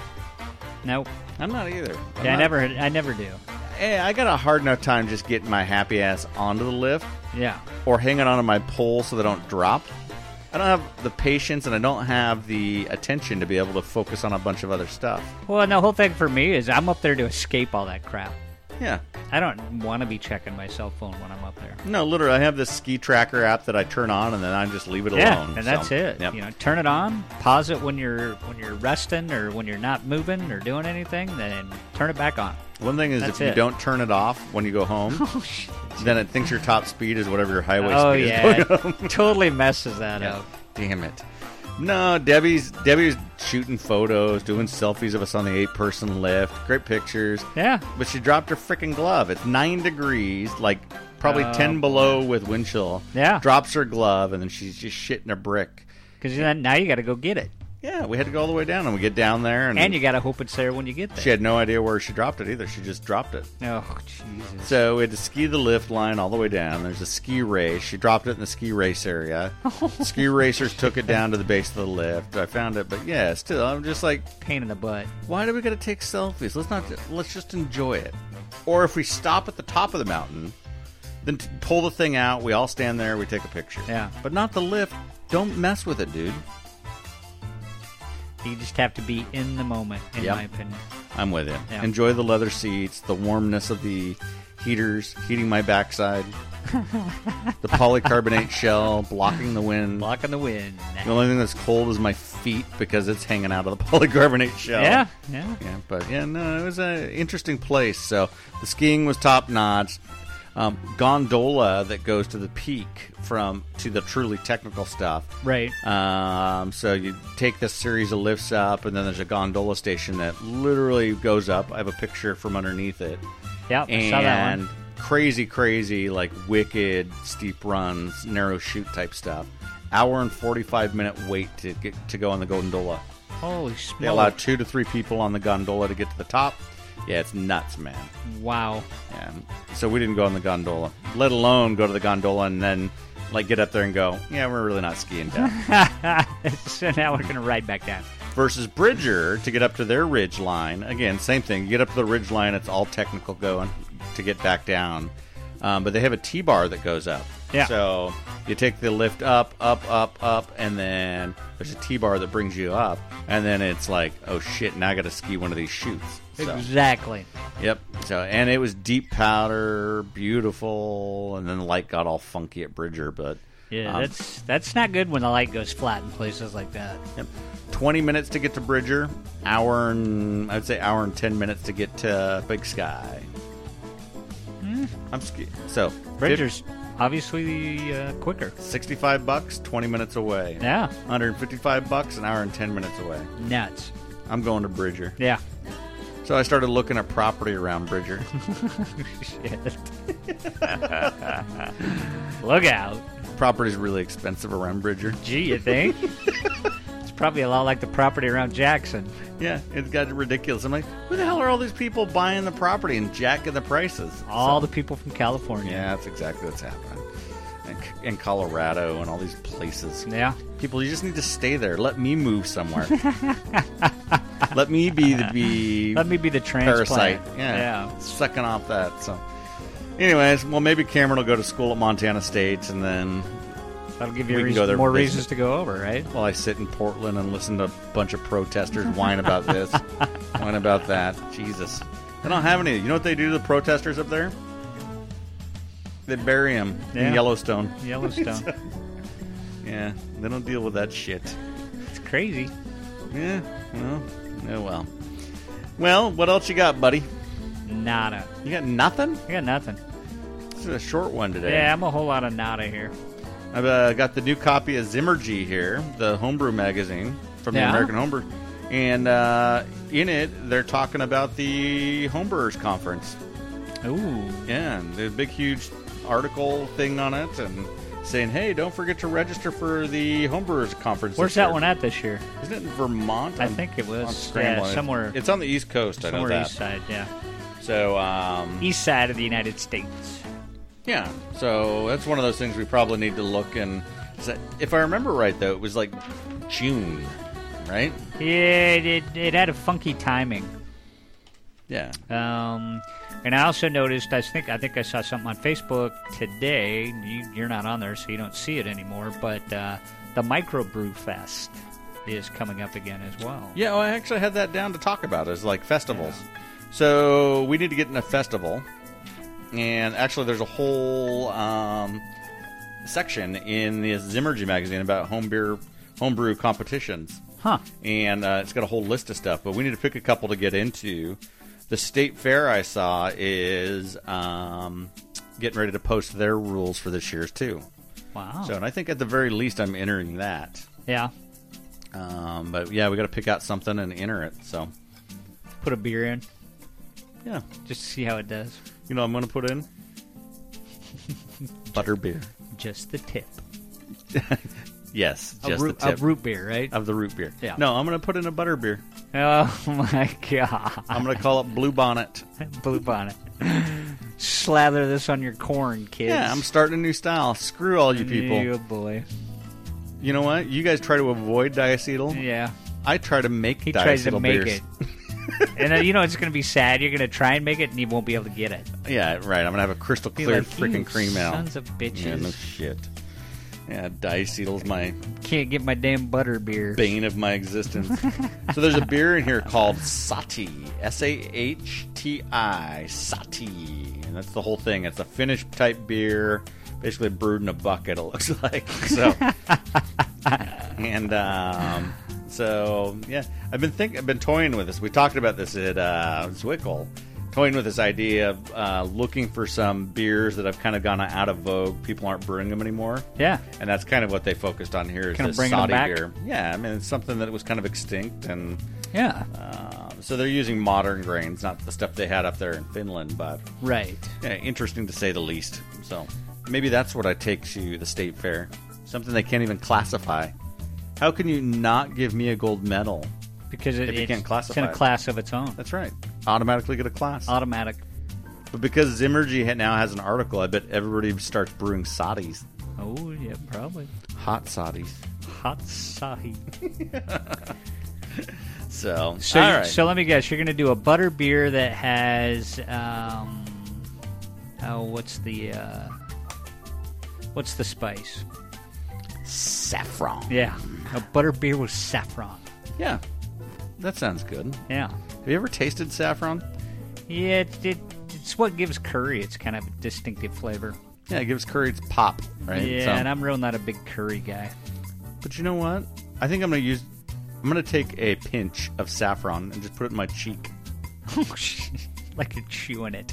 C: Nope.
B: I'm not either. I'm
C: Yeah, I
B: not-
C: never I never do.
B: Hey, I got a hard enough time just getting my happy ass onto the lift
C: Yeah.
B: or hanging onto my pole so they don't drop. I don't have the patience and I don't have the attention to be able to focus on a bunch of other stuff.
C: Well, and the whole thing for me is I'm up there to escape all that crap.
B: Yeah.
C: I don't want to be checking my cell phone when I'm up there.
B: No, literally, I have this ski tracker app that I turn on and then I just leave it
C: Yeah,
B: alone.
C: and
B: so-
C: that's it.
B: Yep.
C: You know, turn it on, pause it when you're when you're resting or when you're not moving or doing anything, then turn it back on.
B: One thing is
C: That's
B: if you
C: it.
B: don't turn it off when you go home, then it thinks your top speed is whatever your highway
C: oh
B: speed
C: yeah,
B: is going on.
C: it totally messes that up.
B: Damn it. No, Debbie's Debbie's shooting photos, doing selfies of us on the eight person lift. Great pictures.
C: Yeah,
B: But she dropped her freaking glove. It's nine degrees, like probably
C: Oh,
B: ten below with wind chill.
C: Yeah.
B: Drops her glove and then she's just shitting a brick.
C: because then now you got to go get it,
B: Yeah, we had to go all the way down and we get down there and,
C: and you got to hope it's there when you get there.
B: she had no idea where she dropped it either. She just dropped it.
C: Oh Jesus.
B: So we had to ski the lift line all the way down. There's a ski race. She dropped it in the ski race area. ski racers took it down to the base of the lift. I found it, but yeah, still, I'm just like,
C: Pain in the butt.
B: why do we got to take selfies? Let's not. Let's just enjoy it. Or if we stop at the top of the mountain, then t- pull the thing out. We all stand there. We take a picture.
C: Yeah.
B: but not the lift. Don't mess with it, dude.
C: You just have to be in the moment, in
B: Yep.
C: my opinion.
B: I'm with it.
C: Yeah.
B: Enjoy the leather seats, the warmness of the heaters heating my backside, the polycarbonate shell blocking the wind.
C: Blocking the wind.
B: The only thing that's cold is my feet because it's hanging out of the polycarbonate shell.
C: Yeah, yeah.
B: Yeah, but yeah, no, it was an interesting place. So the skiing was top notch. Um, gondola that goes to the peak from to the truly technical stuff.
C: Right.
B: Um, so you take this series of lifts up, and then there's a gondola station that literally goes up. I have a picture from underneath it,
C: Yep, I
B: and
C: saw that one.
B: crazy, crazy, like wicked steep runs, narrow shoot type stuff. Hour and forty five minute wait to get to go on the gondola.
C: Holy
B: They allow
C: smokes.
B: two to three people on the gondola to get to the top. Yeah, it's nuts, man.
C: Wow.
B: And so we didn't go on the gondola, let alone go to the gondola and then like get up there and go, yeah, we're really not skiing down.
C: so now we're going to ride back down.
B: Versus Bridger to get up to their ridge line. Again, same thing. You get up to the ridge line, it's all technical going to get back down. Um, but they have a T bar that goes up.
C: Yeah.
B: So you take the lift up, up, up, up, and then there's a T bar that brings you up. And then it's like, oh shit, now I got to ski one of these shoots. So-
C: Exactly.
B: Yep. So and it was deep powder, beautiful, and then the light got all funky at Bridger, but
C: Yeah,
B: um,
C: that's that's not good when the light goes flat in places like that.
B: yep. twenty minutes to get to Bridger, hour and I'd say hour and ten minutes to
C: Hmm.
B: get to Big Sky. I'm ski- so fif-
C: Bridger's obviously uh, quicker.
B: 65 bucks, 20 minutes away.
C: Yeah,
B: 155 bucks, an hour and 10 minutes away.
C: nuts.
B: I'm going to Bridger.
C: Yeah.
B: So I started looking at property around Bridger.
C: Shit. Look out.
B: Property's really expensive around Bridger.
C: Gee, you think? it's probably a lot like the property around Jackson.
B: Yeah, it's got ridiculous. I'm like, who the hell are all these people buying the property and jacking the prices?
C: All the people from California.
B: Yeah, that's exactly what's happening. And, C- and Colorado and all these places.
C: Yeah.
B: People, you just need to stay there. Let me move somewhere. Let me be the be
C: Let me be the
B: parasite.
C: transplant.
B: Yeah, Sucking off that. So, anyways, well, maybe Cameron will go to school at Montana State and then
C: Yeah. That'll give you
B: We can
C: reason-
B: go there
C: more
B: for
C: reasons to go over, right?
B: while I sit in Portland and listen to a bunch of protesters whine about this, whine about that. Jesus. They don't have any. You know what they do to the protesters up there? They bury them
C: Yeah.
B: in Yellowstone.
C: Yellowstone.
B: Yeah, they don't deal with that shit.
C: it's crazy.
B: Yeah, well, oh well. Well, what else you got, buddy?
C: Nada.
B: You got nothing?
C: I got nothing.
B: This is a short one today.
C: Yeah, I'm a whole lot of nada here.
B: I've uh, got the new copy of Zimmergy here, the homebrew magazine from the
C: Yeah.
B: American Homebrew, and uh, in it they're talking about the homebrewers conference.
C: Ooh.
B: Yeah, and there's a big, huge article thing on it, and saying, "Hey, don't forget to register for the homebrewers conference."
C: Where's
B: this
C: that
B: year.
C: one at this year?
B: Isn't it in Vermont?
C: I
B: I'm-
C: think it was.
B: I'm scrambling.
C: Yeah, somewhere-
B: It's on the East Coast. I know
C: Somewhere
B: that.
C: east side, yeah.
B: So um,
C: East side of the United States.
B: Yeah, so that's one of those things we probably need to look and is that- if I remember right, though, it was like June, right?
C: Yeah, it, it, it had a funky timing.
B: Yeah,
C: Um, and I also noticed. I think I think I saw something on Facebook today. You, you're not on there, so you don't see it anymore. But uh, the Microbrew Fest is coming up again as well.
B: yeah. Well, I actually had that down to talk about. Is like festivals. So we need to get in a festival, and actually, there's a whole um, section in the Zimmergy magazine about home beer, homebrew competitions.
C: Huh.
B: and uh, it's got a whole list of stuff. But we need to pick a couple to get into. The state fair I saw is um, getting ready to post their rules for this year's too.
C: Wow.
B: So, and I think at the very least, I'm entering that.
C: yeah.
B: Um, but yeah, we got to pick out something and enter it. So,
C: Put a beer in
B: yeah,
C: just to see how it does.
B: you know, I'm gonna put in butter beer.
C: Just the tip.
B: Yes,
C: A
B: just
C: root,
B: the tip
C: A root beer, right?
B: of the root beer.
C: Yeah.
B: No, I'm gonna put in a butter beer.
C: oh my god.
B: I'm gonna call it Blue Bonnet.
C: Blue bonnet. Slather this on your corn, kids.
B: Yeah, I'm starting a new style. Screw all you people.
C: Oh boy.
B: You know what? You guys try to avoid diacetyl.
C: Yeah.
B: I try to make
C: He
B: diacetyl
C: tries to make
B: beers.
C: it. and then, you know it's going to be sad. You're going to try and make it, and you won't be able to get it.
B: Yeah, right. I'm gonna have a crystal
C: Be
B: clear
C: like, "You
B: freaking cream ale.
C: Sons of bitches.
B: yeah, no shit. Yeah, diacetyl's my
C: Can't get my damn butter beer.
B: bane of my existence. so there's a beer in here called Sati. S A H T I. Sati. And that's the whole thing. It's a Finnish type beer, basically brewed in a bucket, it looks like. So and um so yeah, I've been think I've been toying with this. We talked about this at uh, Zwickle, toying with this idea of uh, looking for some beers that have kind of gone out of vogue. People aren't brewing them anymore
C: Yeah.
B: and that's kind of what they focused on here is
C: Kinda
B: this
C: bringing them
B: Saudi
C: back.
B: beer. Yeah, I mean it's something that was kind of extinct, and
C: Yeah.
B: um, so they're using modern grains, not the stuff they had up there in Finland. But
C: right.
B: yeah, interesting to say the least. So maybe that's what I take to the state fair, something they can't even classify. How can you not give me a gold medal?
C: Because it,
B: If you
C: it's,
B: can't classify
C: it's in a
B: it.
C: class of its own.
B: That's right, automatically get a class.
C: Automatic.
B: but because Zimmergy ha- now has an article, I bet everybody starts brewing Saudis,
C: Oh, yeah, probably.
B: hot Saudis.
C: Hot sahi.
B: So,
C: So,
B: all
C: you-
B: right.
C: so let me guess. You're going to do a butter beer that has, um, oh, what's the, uh, what's the spice?
B: saffron.
C: Yeah, a butter beer with saffron.
B: Yeah, that sounds good.
C: Yeah,
B: Have you ever tasted saffron?
C: yeah, it, it, it's what gives curry its kind of distinctive flavor.
B: Yeah, it gives curry its pop, right?
C: yeah,
B: So-
C: and I'm real not a big curry guy.
B: but you know what? I think I'm gonna use. I'm gonna take a pinch of saffron and just put it in my cheek.
C: like you're chewing it.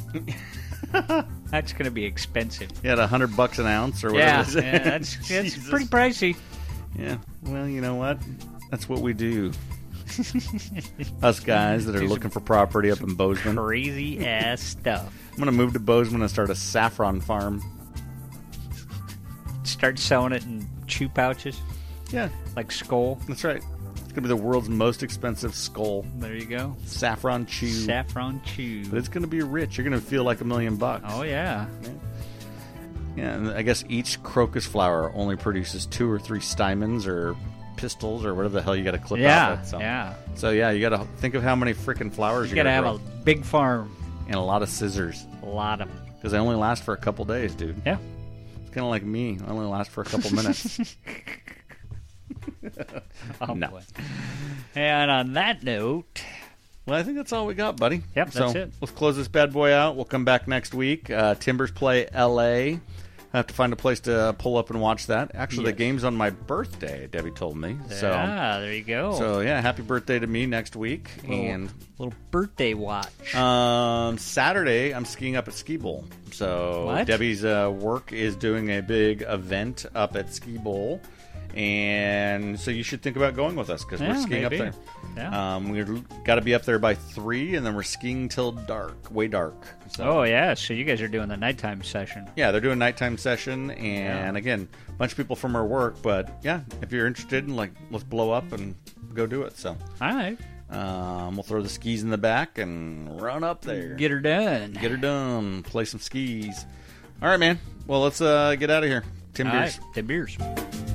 C: That's going to be expensive.
B: You had a hundred bucks an ounce or whatever.
C: Yeah,
B: it is.
C: yeah, that's, that's
B: Jesus.
C: pretty pricey.
B: Yeah. Well, you know what? That's what we do. Us guys that are looking for property up in Bozeman. I'm
C: Crazy ass stuff.
B: gonna move to Bozeman and start a saffron farm.
C: Start selling it in chew pouches,
B: Yeah,
C: like Skull.
B: that's right. It's gonna be the world's most expensive skull
C: There you go.
B: saffron chew.
C: Saffron chew.
B: but it's gonna be rich. You're gonna feel like a million bucks.
C: Oh yeah.
B: Yeah, and I guess each crocus flower only produces two or three stymens or pistols or whatever the hell you got to clip out
C: Yeah.
B: of it. So.
C: yeah.
B: So yeah, you got to think of how many freaking flowers
C: You
B: you
C: got to have
B: grow.
C: a big farm.
B: and a lot of scissors
C: A lot of 'em.
B: because they only last for a couple days, dude.
C: Yeah.
B: It's kind of like me; I only last for a couple minutes.
C: Oh,
B: No.
C: boy. And on that note,
B: Well, I think that's all we got, buddy.
C: Yep,
B: so
C: that's it.
B: Let's close this bad boy out. We'll come back next week. Uh, Timbers play L.A. I have to find a place to pull up and watch that. Actually, the
C: Yes.
B: game's on my birthday. Debbie told me. So.
C: ah, there you go.
B: So yeah, happy birthday to me next week.
C: Little-
B: And
C: little birthday watch.
B: Um, Saturday, I'm skiing up at Ski Bowl. So
C: What?
B: Debbie's uh, work is doing a big event up at Ski Bowl, and so you should think about going with us because we're
C: Yeah,
B: skiing
C: maybe.
B: up there.
C: Yeah.
B: Um, we've got to be up there by three, and then we're skiing till dark, way dark. So.
C: Oh yeah, so you guys are doing the nighttime session.
B: Yeah, they're doing a nighttime session, and again, a bunch of people from our work. But yeah, if you're interested, in like let's blow up and go do it. So
C: All right,
B: um, we'll throw the skis in the back and run up there.
C: get her done.
B: Get her done. Play some skis. All right, man. Well, let's uh, get out of here. Tim
C: All
B: Beers.
C: right, the beers.